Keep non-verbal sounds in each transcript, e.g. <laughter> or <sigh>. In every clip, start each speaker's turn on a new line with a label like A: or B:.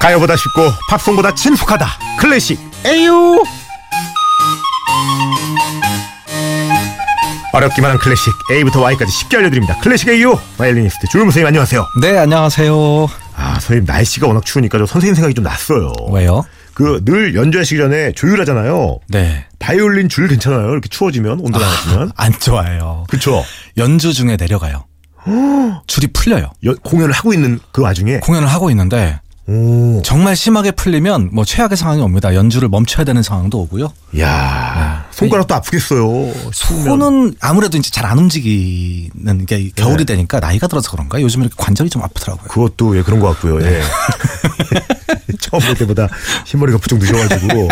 A: 가요보다 쉽고 팝송보다 친숙하다 클래식 에유 어렵기만 한 클래식 A부터 Y까지 쉽게 알려드립니다 클래식 에유 바이올리니스트 조용무 선생님 안녕하세요
B: 네, 안녕하세요.
A: 아 선생님 날씨가 워낙 추우니까 저 선생님 생각이 좀 났어요
B: 왜요?
A: 그 늘 연주하시기 전에 조율하잖아요
B: 네.
A: 바이올린 줄 괜찮아요 이렇게 추워지면 온도 나가지면
B: 안 좋아요.
A: 그쵸
B: 연주 중에 <gasps> 내려가요. 줄이 풀려요.
A: 여- 공연을 하고 있는 그 와중에
B: 공연을 하고 있는데
A: 오
B: 정말 심하게 풀리면 뭐 최악의 상황이 옵니다. 연주를 멈춰야 되는 상황도 오고요.
A: 야 손가락도 아프겠어요 추우면.
B: 손은 아무래도 이제 잘 안 움직이는 게 겨울이 되니까 나이가 들어서 그런가 요즘 이렇게 관절이 좀 아프더라고요.
A: 그것도 예 그런 것 같고요.
B: <laughs>
A: 예. 처음 볼 때보다 흰머리가 부쩍 늦어가지고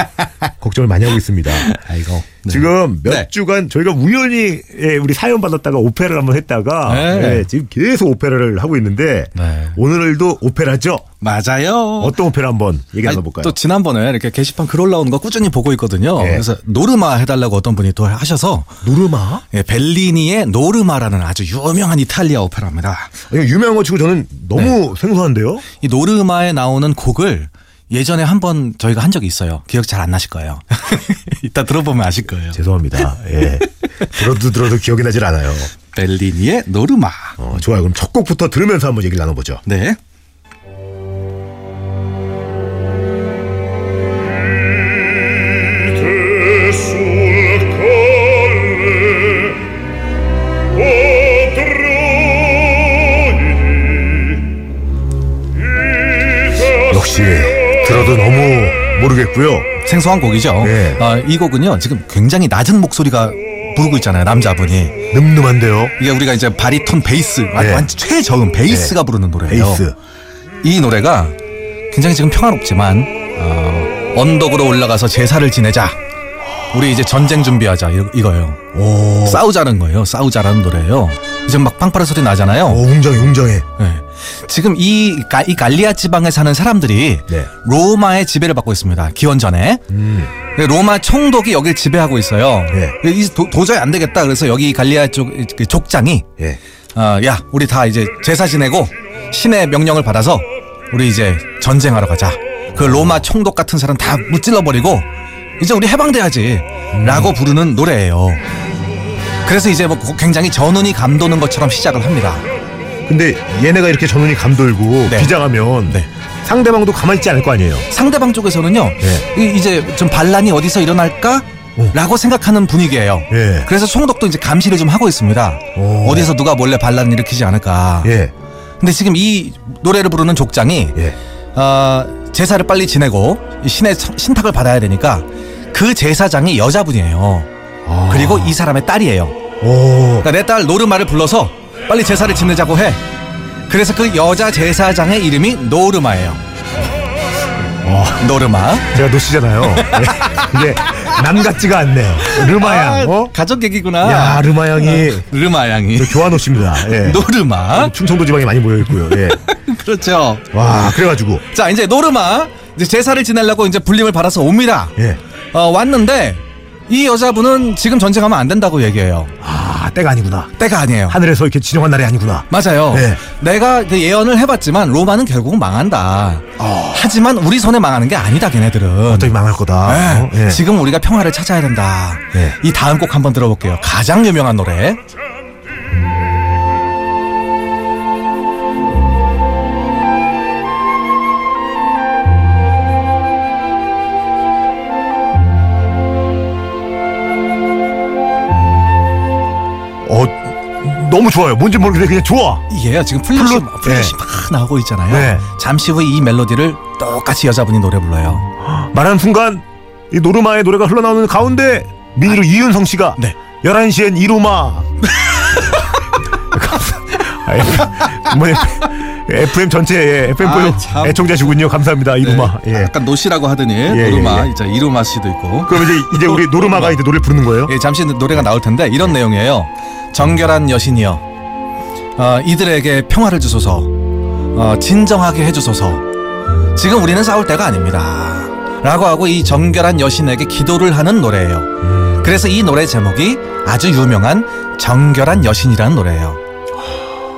A: 걱정을 많이 하고 있습니다.
B: 아이고. 네.
A: 지금 몇
B: 네.
A: 주간 저희가 우연히 예, 우리 사연 받았다가 오페라를 한번 했다가
B: 네.
A: 예, 지금 계속 오페라를 하고 있는데
B: 네.
A: 오늘도 오페라죠.
B: 맞아요.
A: 어떤 오페라 한번 얘기
B: 아니,
A: 나눠볼까요?
B: 또 지난번에 이렇게 게시판 글 올라오는 거 꾸준히 보고 있거든요.
A: 예.
B: 그래서 노르마 해달라고 어떤 분이 또 하셔서
A: 노르마?
B: 예, 벨리니의 노르마라는 아주 유명한 이탈리아 오페라입니다.
A: 아니, 유명한 거 치고 저는
B: 네.
A: 너무 생소한데요.
B: 이 노르마에 나오는 곡을 예전에 한 번 저희가 한 적이 있어요. 기억 잘 안 나실 거예요. <laughs> 이따 들어보면 아실 거예요.
A: 죄송합니다.
B: <laughs>
A: 예. 들어도 들어도 기억이 나질 않아요.
B: 벨리니의 노르마.
A: 어, 좋아요. 그럼 첫 곡부터 들으면서 한번 얘기를 나눠보죠.
B: 네.
C: Che sul colle o troidi
A: 역시 들어도 너무 모르겠고요.
B: 생소한 곡이죠.
A: 네.
B: 아, 이 곡은요. 지금 굉장히 낮은 목소리가 부르고 있잖아요. 남자분이.
A: 늠름한데요.
B: 이게 우리가 이제 바리톤 베이스, 아니,
A: 네.
B: 완전 최저음 네. 베이스가 부르는 노래예요.
A: 베이스.
B: 이 노래가 굉장히 지금 평화롭지만 어, 언덕으로 올라가서 제사를 지내자. 우리 이제 전쟁 준비하자 이- 이거예요.
A: 오.
B: 싸우자는 거예요. 싸우자라는 노래예요. 이제 막 빵빠라 소리 나잖아요.
A: 오, 어, 웅장해, 웅장해.
B: 네. 지금 이, 가- 이 갈리아 지방에 사는 사람들이
A: 네. 음.
B: 로마의 지배를 받고 있습니다. 기원전에. 네, 로마 총독이 여길 지배하고 있어요.
A: 네.
B: 이 도, 도저히 안 되겠다. 그래서 여기 갈리아 쪽그 족장이
A: 예.
B: 어, 야 우리 다 이제 제사 지내고 신의 명령을 받아서 우리 이제 전쟁하러 가자. 그 로마 총독 같은 사람 다 무찔러 버리고 이제 우리
A: 음.
B: 해방돼야지라고 부르는 노래예요. 그래서 이제 뭐 굉장히 전운이 감도는 것처럼 시작을 합니다.
A: 근데 얘네가 이렇게 전운이 감돌고
B: 네.
A: 비장하면
B: 네.
A: 상대방도 가만히 있지 않을 거 아니에요.
B: 상대방 쪽에서는요,
A: 네.
B: 이- 이제 좀 반란이 어디서 일어날까? 라고 생각하는 분위기예요.
A: 예.
B: 그래서 총독도 이제 감시를 좀 하고 있습니다.
A: 오.
B: 어디서 누가 몰래 반란을 일으키지 않을까.
A: 예.
B: 근데 지금 이 노래를 부르는 족장이
A: 예.
B: 어, 제사를 빨리 지내고 이 신의 청- 신탁을 받아야 되니까 그 제사장이 여자분이에요.
A: 아.
B: 그리고 이 사람의 딸이에요.
A: 오.
B: 그러니까 내 딸 노르마를 불러서 빨리 제사를 지내자고 해. 그래서 그 여자 제사장의 이름이 노르마예요. 어. 노르마.
A: 제가
B: <laughs>
A: 노씨잖아요. 예. 근데 남 같지가 않네요. 르마양. 어?
B: 아, 가족 얘기구나.
A: 야, 르마양이
B: 르마
A: <laughs>
B: 양이.
A: 저 교환옷입니다. 예.
B: 아. 노르마.
A: 충청도 지방에 많이 모여 있고요. 예.
B: 그렇죠.
A: 와, 그래가지고
B: 자, 이제 노르마. 이제 제사를 지내려고 이제 불림을 받아서 옵니다.
A: 예.
B: 어, 왔는데 이 여자분은 지금 전쟁하면 안 된다고 얘기해요.
A: 아, 때가 아니구나.
B: 때가 아니에요.
A: 하늘에서 이렇게 진정한 날이 아니구나.
B: 맞아요.
A: 네.
B: 내가 그 예언을 해봤지만 로마는 결국 망한다. 하지만 우리 손에 망하는 게 아니다, 걔네들은.
A: 어떻게 망할 거다.
B: 네.
A: 어? 예.
B: 지금 우리가 평화를 찾아야 된다.
A: 네.
B: 이 다음 곡 한번 들어볼게요. 가장 유명한 노래.
A: 어, 너무 좋아요. 뭔지 모르겠는데 그냥 좋아.
B: 이게요, 지금 플루시,
A: 플룻,
B: 플루시
A: 네.
B: 막 나오고 있잖아요.
A: 네.
B: 잠시 후 이 멜로디를 똑같이 여자분이 노래 불러요.
A: 말하는 순간 이 노르마의 노래가 흘러나오는 가운데 민희로 이윤성 씨가
B: 네.
A: 11시엔
B: <laughs>
A: 이로마 아, 예. 뭐, FM 전체 예, FM 고요
B: 아, 참.
A: 애청자시군요 감사합니다 이로마
B: 네.
A: 예.
B: 약간 노시라고 하더니
A: 예,
B: 노르마,
A: 예.
B: 이제 이루마 씨도 있고.
A: 그럼 이제 이제 우리 노르마가 이제 노래 부르는 거예요
B: 예, 잠시 노래가 나올 텐데 이런 내용이에요. 정결한 여신이여, 어, 이들에게 평화를 주소서, 어, 진정하게 해주소서. 지금 우리는 싸울 때가 아닙니다. 라고 하고 이 정결한 여신에게 기도를 하는 노래예요. 그래서 이 노래 제목이 아주 유명한 정결한 여신이라는 노래예요.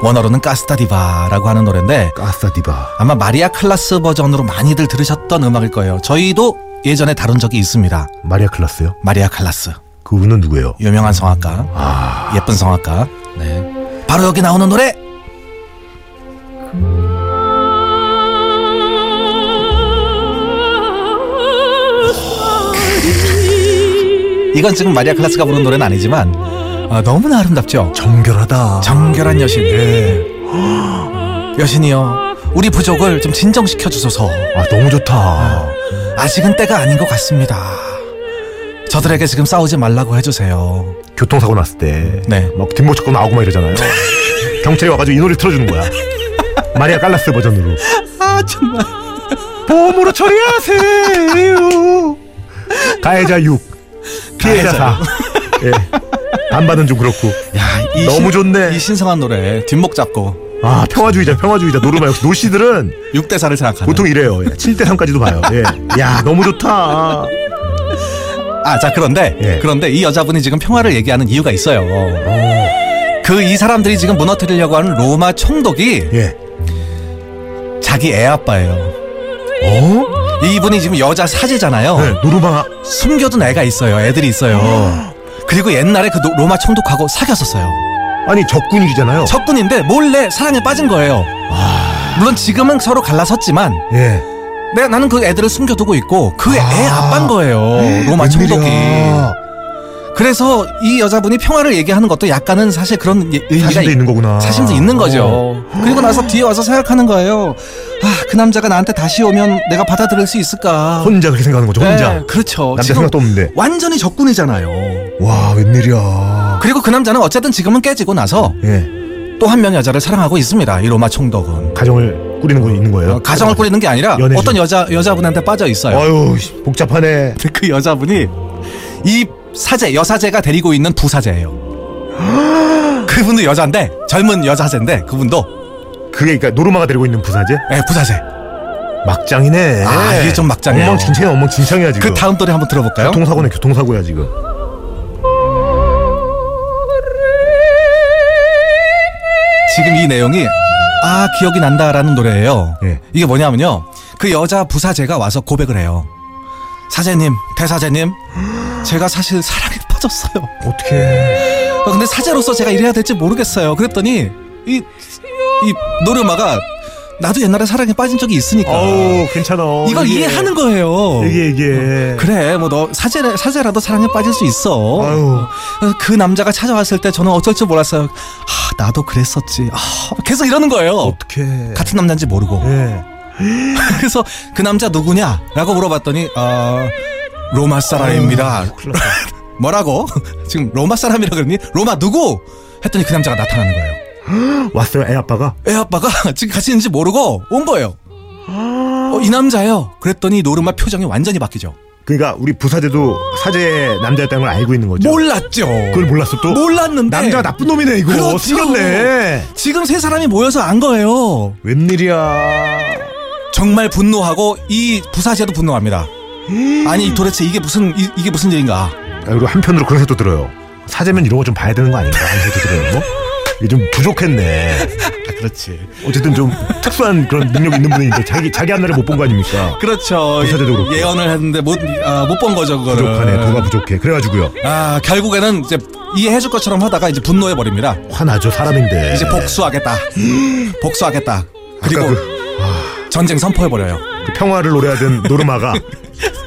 B: 원어로는 까스타디바라고 하는 노래인데
A: 까사디바.
B: 아마 마리아 클라스 버전으로 많이들 들으셨던 음악일 거예요. 저희도 예전에 다룬 적이 있습니다.
A: 마리아 클라스요?
B: 마리아 클라스
A: 그 우는 누구예요?
B: 유명한 성악가,
A: 아,
B: 예쁜 성악가. 네, 바로 여기 나오는 노래 이건 지금 마리아 클라스가 부른 노래는 아니지만 아, 너무나 아름답죠.
A: 정결하다.
B: 정결한 여신. 네. <gasps> 여신이여, 우리 부족을 좀 진정시켜 주소서.
A: 아, 너무 좋다.
B: 아직은 때가 아닌 것 같습니다. 저들에게 지금 싸우지 말라고 해주세요.
A: 교통사고 났을 때.
B: 네.
A: 막 뒷목 잡고 나오고 막
B: <laughs>
A: 이러잖아요. 경찰이 와가지고 이 노래 틀어주는 거야. 마리아 칼라스 버전으로.
B: 아 정말.
A: 보험으로 처리하세요. 가해자 6, 피해자
B: 가해자
A: 4. 예. 반반은 좀 그렇고.
B: 야,
A: 너무 좋네.
B: 이 신성한 노래 뒷목 잡고
A: 아, 평화주의자, 평화주의자. 노르마 역시 노씨들은
B: 6대사를 생각하는.
A: 보통 이래요. 예. 7대 3까지도 봐요. 예. 야, 너무 좋다.
B: 아, 자 그런데
A: 예.
B: 그런데 이 여자분이 지금 평화를 얘기하는 이유가 있어요. 그 이 사람들이 지금 무너뜨리려고 하는 로마 총독이
A: 예.
B: 자기 애 아빠예요.
A: 어?
B: 이분이 지금 여자 사제잖아요.
A: 네, 노르마.
B: 숨겨둔 애가 있어요. 애들이 있어요.
A: 아.
B: 그리고 옛날에 그 노- 로마 총독하고 사귀었었어요.
A: 아니, 적군이잖아요.
B: 적군인데 몰래 사랑에 빠진 거예요.
A: 아.
B: 물론 지금은 서로 갈라섰지만
A: 예.
B: 내 나는 그 애들을 숨겨두고 있고 그 애
A: 아.
B: 아빠인 거예요. 로마 총독이.
A: 웬일이야.
B: 그래서 이 여자분이 평화를 얘기하는 것도 약간은 사실 그런 예- 의미가
A: 사심도
B: 있-
A: 있는 거구나.
B: 사심도 있는 거죠.
A: 어.
B: 그리고 나서 뒤에 와서 생각하는 거예요. 아, 그 남자가 나한테 다시 오면 내가 받아들일 수 있을까?
A: 혼자 그렇게 생각하는 거죠, 혼자.
B: 네, 그렇죠.
A: 남자
B: 지금
A: 생각도 없는데.
B: 완전히 적군이잖아요.
A: 와, 웬일이야.
B: 그리고 그 남자는 어쨌든 지금은 깨지고 나서
A: 예.
B: 또 한 명의 여자를 사랑하고 있습니다. 이 로마 총독은.
A: 가정을 꾸리는 거 있는 거예요?
B: 어, 가정을 꾸리는 게 아니라
A: 연애 중.
B: 어떤 여자 여자분한테 빠져 있어요.
A: 아유, 씨, 복잡하네.
B: 근데 <laughs> 그 여자분이 이 사제 여사제가 데리고 있는 부사제예요.
A: <gasps>
B: 그분도 여자인데 젊은 여사제인데 그분도
A: 그게 그러니까 노르마가 데리고 있는 부사제?
B: 예, 부사제.
A: 막장이네.
B: 아, 이게 좀 막장이에요.
A: 엉망진창이야, 엉망진창이야 지금.
B: 그 다음 노래 한번 들어볼까요?
A: 교통사고네, 교통사고야 지금.
B: 지금 이 내용이 아 기억이 난다라는 노래예요.
A: 예.
B: 이게 뭐냐면요. 그 여자 부사제가 와서 고백을 해요. 사제님, 대사제님, 제가 사실 사랑에 <laughs> 빠졌어요.
A: 어떻게?
B: 어, 근데 사제로서 제가 이래야 될지 모르겠어요. 그랬더니 이, 이 노르마가 나도 옛날에 사랑에 빠진 적이 있으니까
A: 어우, 괜찮아.
B: 이걸 이해하는 거예요.
A: 이게 이게.
B: 그래, 뭐 너 사제 사제라도 사랑에 빠질 수 있어.
A: 아유.
B: 어, 그 남자가 찾아왔을 때 저는 어쩔 줄 몰랐어요. 아, 나도 그랬었지. 아, 계속 이러는 거예요.
A: 어떻게?
B: 같은 남자인지 모르고.
A: 예.
B: <laughs> 그래서 그 남자 누구냐라고 물어봤더니 아 로마 사람입니다.
A: 큰일 났다.
B: 뭐라고? <laughs> 지금 로마 사람이라 그러니 로마 누구? 했더니 그 남자가 나타나는 거예요.
A: <laughs> 왔어요, 애 아빠가.
B: 애 아빠가 <laughs> 지금 같이 있는지 모르고 온 거예요. 어, 이 남자예요. 그랬더니 노르마 표정이 완전히 바뀌죠.
A: 그러니까 우리 부사제도 사제의 남자였다는 걸 알고 있는 거죠.
B: 몰랐죠.
A: 그걸 몰랐어 또.
B: 몰랐는데
A: 남자 나쁜 놈이네 이거.
B: 그렇죠.
A: 숨겼네.
B: 지금 세 사람이 모여서 안 거예요.
A: 웬일이야.
B: 정말 분노하고 이 부사제도 분노합니다.
A: 음.
B: 아니 도대체 이게 무슨 이, 이게 무슨 일인가?
A: 아, 그리고 한편으로 그런 생각도 들어요. 사재면 이런 거 좀 봐야 되는 거 아닌가 하는 생각도 들어요. 이게 좀 부족했네.
B: 그렇지.
A: 어쨌든 좀 특수한 그런 능력 이 있는 분인데 자기 자기 한나를 못 본 거 아닙니까?
B: 그렇죠.
A: 부사제도 그렇고.
B: 예언을 했는데 못 아, 못 본 거죠 그거를.
A: 부족하네, 도가 부족해. 그래가지고요.
B: 아 결국에는 이제 이해해줄 것처럼 하다가 이제 분노해 버립니다.
A: 화나죠 사람인데.
B: 이제 복수하겠다.
A: <gasps>
B: 복수하겠다. 그리고
A: 아까 그,
B: 전쟁 선포해 버려요.
A: 그 평화를 노래하던 노르마가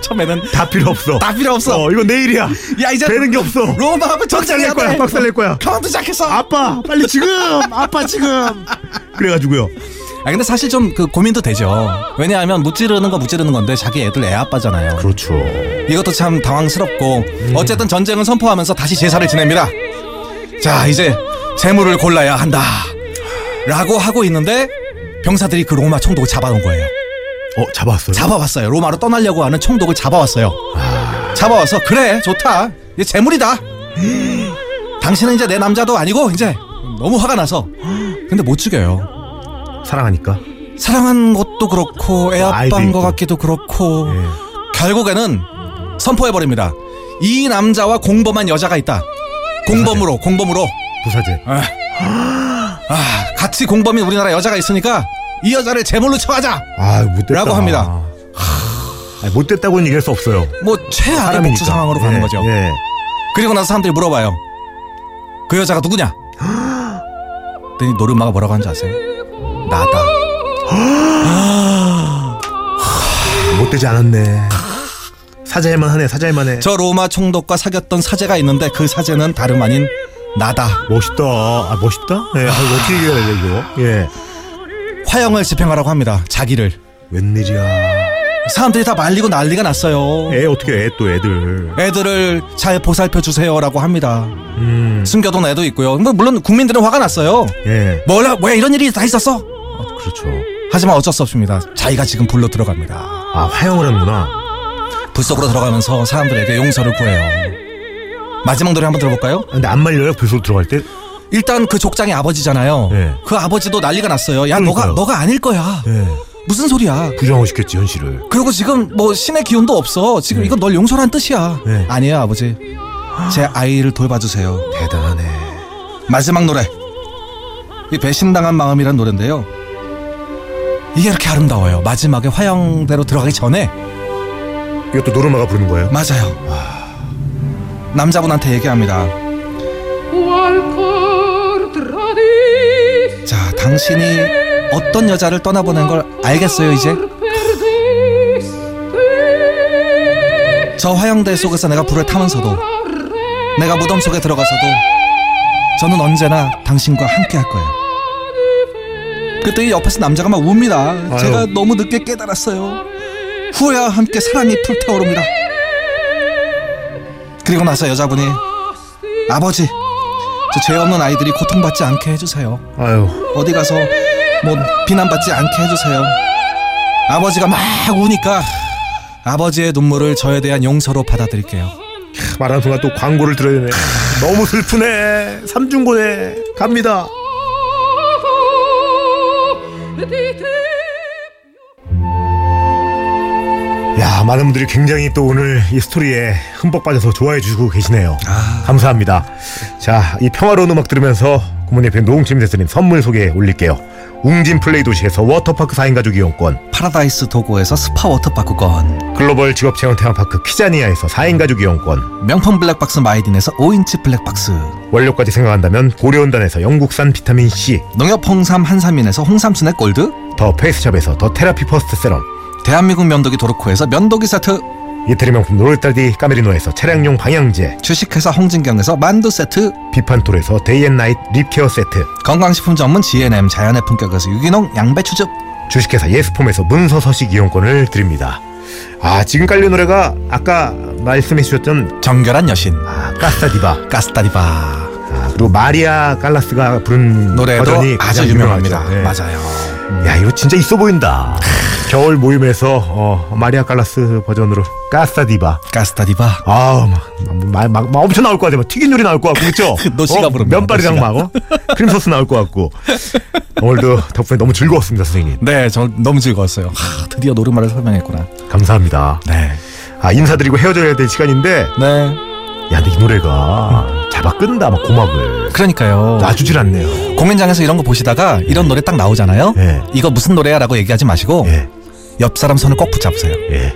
B: 처음에는
A: 다 필요 없어.
B: 다 필요 없어.
A: 어, 이건 내일이야.
B: 야 이제
A: 되는 게 없어.
B: 로마 하면
A: 박살
B: 전쟁
A: 낼 거야. 박살 낼 거야.
B: 가만두 시작했어. 아
A: 아빠 빨리 지금. 아빠 지금. 그래가지고요.
B: 근데 사실 좀 그 고민도 되죠. 왜냐하면 무찌르는 거 무찌르는 건데 자기 애들 애 아빠잖아요.
A: 그렇죠.
B: 이것도 참 당황스럽고 어쨌든 전쟁을 선포하면서 다시 제사를 지냅니다. 자 이제 재물을 골라야 한다. 라고 하고 있는데 병사들이 그 로마 총독을 잡아온 거예요.
A: 어 잡았어요.
B: 잡아왔어요. 로마로 떠나려고 하는 총독을 잡아왔어요. 잡아와서 그래 좋다. 이제 재물이다. 당신은 이제 내 남자도 아니고 이제 너무 화가 나서 근데 못 죽여요.
A: 사랑하니까.
B: 사랑한 것도 그렇고 애
A: 아이도
B: 아빠인 것
A: 있고.
B: 같기도 그렇고
A: 예.
B: 결국에는 선포해 버립니다. 이 남자와 공범한 여자가 있다. 공범으로 공범으로.
A: 부사제.
B: 아, 아 같이 공범인 우리나라 여자가 있으니까 이 여자를 제물로 처하자
A: 아, 못됐다.
B: 라고 합니다.
A: 아, 못됐다고는 얘기할 수 없어요.
B: 뭐 최악의
A: 사람이니까.
B: 복수 상황으로
A: 예,
B: 가는 거죠
A: 예.
B: 그리고 나서 사람들이 물어봐요 그 여자가 누구냐 그랬더니 노름마가 뭐라고 하는지 아세요? 나다
A: 못되지 않았네. 사죄할만 하네, 사죄할만 해.
B: 저 로마 총독과 사귀었던 사제가 있는데 그 사제는 다름 아닌 나다
A: 멋있다. 아, 멋있다? 예, 아, 이거 어떻게 얘기해야 돼, 이거? 예.
B: 화형을 집행하라고 합니다 자기를
A: 웬일이야.
B: 사람들이 다 말리고 난리가 났어요
A: 애 어떻게 애 또 애들.
B: 애들을 잘 보살펴 주세요라고 합니다 숨겨둔 애도 있고요 뭐 물론 국민들은 화가 났어요
A: 음, 예.
B: 뭐라 뭐야 이런 일이 다 있었어
A: 그렇죠.
B: 하지만 어쩔 수 없습니다 자기가 지금 불로 들어갑니다
A: 아, 화형을 하는구나.
B: 불 속으로 들어가면서 사람들에게 용서를 구해요 마지막 노래 한번 들어볼까요?
A: 아, 근데 안 말려요? 불소로 들어갈 때? 예.
B: 일단 그 족장의 아버지잖아요
A: 네.
B: 그 아버지도 난리가 났어요 야
A: 그러니까요.
B: 너가 너가 아닐 거야
A: 예.
B: 무슨 소리야
A: 부정을 시켰지, 현실을.
B: 그리고 지금 뭐 신의 기운도 없어. 지금 이건 널 용서란 뜻이야.
A: 네.
B: 아니에요, 아버지. 제 아이를 돌봐주세요.
A: 대단하네.
B: 마지막 노래. 이 배신당한 마음이란 노래인데요. 이게 이렇게 아름다워요. 마지막에 화영대로 들어가기 전에
A: 이것도 노르마가 부르는 거예요?
B: 맞아요. 남자분한테 얘기합니다.
D: Qualcor tradis
B: 자, 당신이 어떤 여자를 떠나보낸 걸 알겠어요, 이제?
D: perdiste
B: 저 화영대 속에서 내가 불을 타면서도 내가 무덤 속에 들어가서도 저는 언제나 당신과 함께 할 거예요. 그때 이 옆에서 남자가 막 웁니다. 제가 너무 늦게 깨달았어요. 후회와 함께 사랑이 불타오릅니다. 그리고 나서 여자분이 아버지, 저 죄 없는 아이들이 고통받지 않게 해주세요.
A: 아유.
B: 어디 가서 뭐 비난받지 않게 해주세요. 아버지가 막 우니까 아버지의 눈물을 저에 대한 용서로 받아들일게요.
A: 말하는 순간 또 광고를 들어야 되네. 너무 슬프네. 삼중고네. 갑니다.
D: di
B: 네.
D: te
A: 야, 많은 분들이 굉장히 또 오늘 이 스토리에 흠뻑 빠져서 좋아해 주고 계시네요.
B: 아.
A: 감사합니다. 자, 이 평화로운 음악 들으면서 구모님편 노홍침 대스님 선물 소개 올릴게요. 웅진 플레이 도시에서 워터파크 4인 가족 이용권,
B: 파라다이스 도고에서 스파 워터파크권
A: 글로벌 직업 체험 테마파크 키자니아에서 4인 가족 이용권,
B: 명품 블랙박스 마이딘에서 5인치 블랙박스
A: 원료까지 생각한다면 고려온단에서 영국산 비타민 C,
B: 농협 홍삼 한삼인에서 홍삼 스낵 골드
A: 더 페이스샵에서 더 테라피 퍼스트 세럼,
B: 대한민국 면도기 도르코에서 면도기 세트
A: 이태리 명품 노르딸디 까메리노에서 차량용 방향제,
B: 주식회사 홍진경에서 만두 세트
A: 비판톨에서 데이앤나잇 립케어 세트,
B: 건강식품 전문 GNM 자연의 품격에서 유기농 양배추즙
A: 주식회사 예스폼에서 문서 서식 이용권을 드립니다. 아 지금 깔린 노래가 아까 말씀해 주셨던
B: 정결한 여신
A: 아, 까사디바
B: 가스타리바
A: 아, 그리고 마리아 갈라스가 부른
B: 노래도
A: 버전이
B: 아주
A: 가장
B: 유명합니다 네.
A: 유명하죠. 예.
B: 맞아요
A: 야 이거 진짜 있어 보인다. 겨울 모임에서 어, 마리아 갈라스 버전으로 까사디바 아,
B: 가스타리바
A: 아막막 막, 막 엄청 나올 것 같아. 막 튀긴 요리 나올 것 같고
B: <laughs>
A: 그렇죠?
B: 노씨가 부릅니다,
A: 면발이랑
B: 노씨가.
A: 막 어? 크림 소스 나올 것 같고 오늘도 덕분에 너무 즐거웠습니다 선생님.
B: 네 저 너무 즐거웠어요 하, 드디어 노르마를 설명했구나
A: 감사합니다.
B: 네
A: 아 인사드리고 헤어져야 될 시간인데
B: 네.
A: 야, 근데 이 노래가 잡아 끈다, 막 고막을.
B: 그러니까요
A: 놔주질 않네요.
B: 공연장에서 이런 거 보시다가 이런 노래 딱 나오잖아요.
A: 예.
B: 이거 무슨 노래야라고 얘기하지 마시고
A: 예,
B: 옆 사람 손을 꼭 붙잡으세요.
A: 예.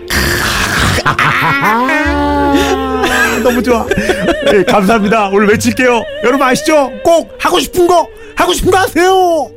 A: <laughs> 너무 좋아. 예, 감사합니다. 오늘 외칠게요. 여러분 아시죠? 꼭 하고 싶은 거, 하고 싶은 거 하세요!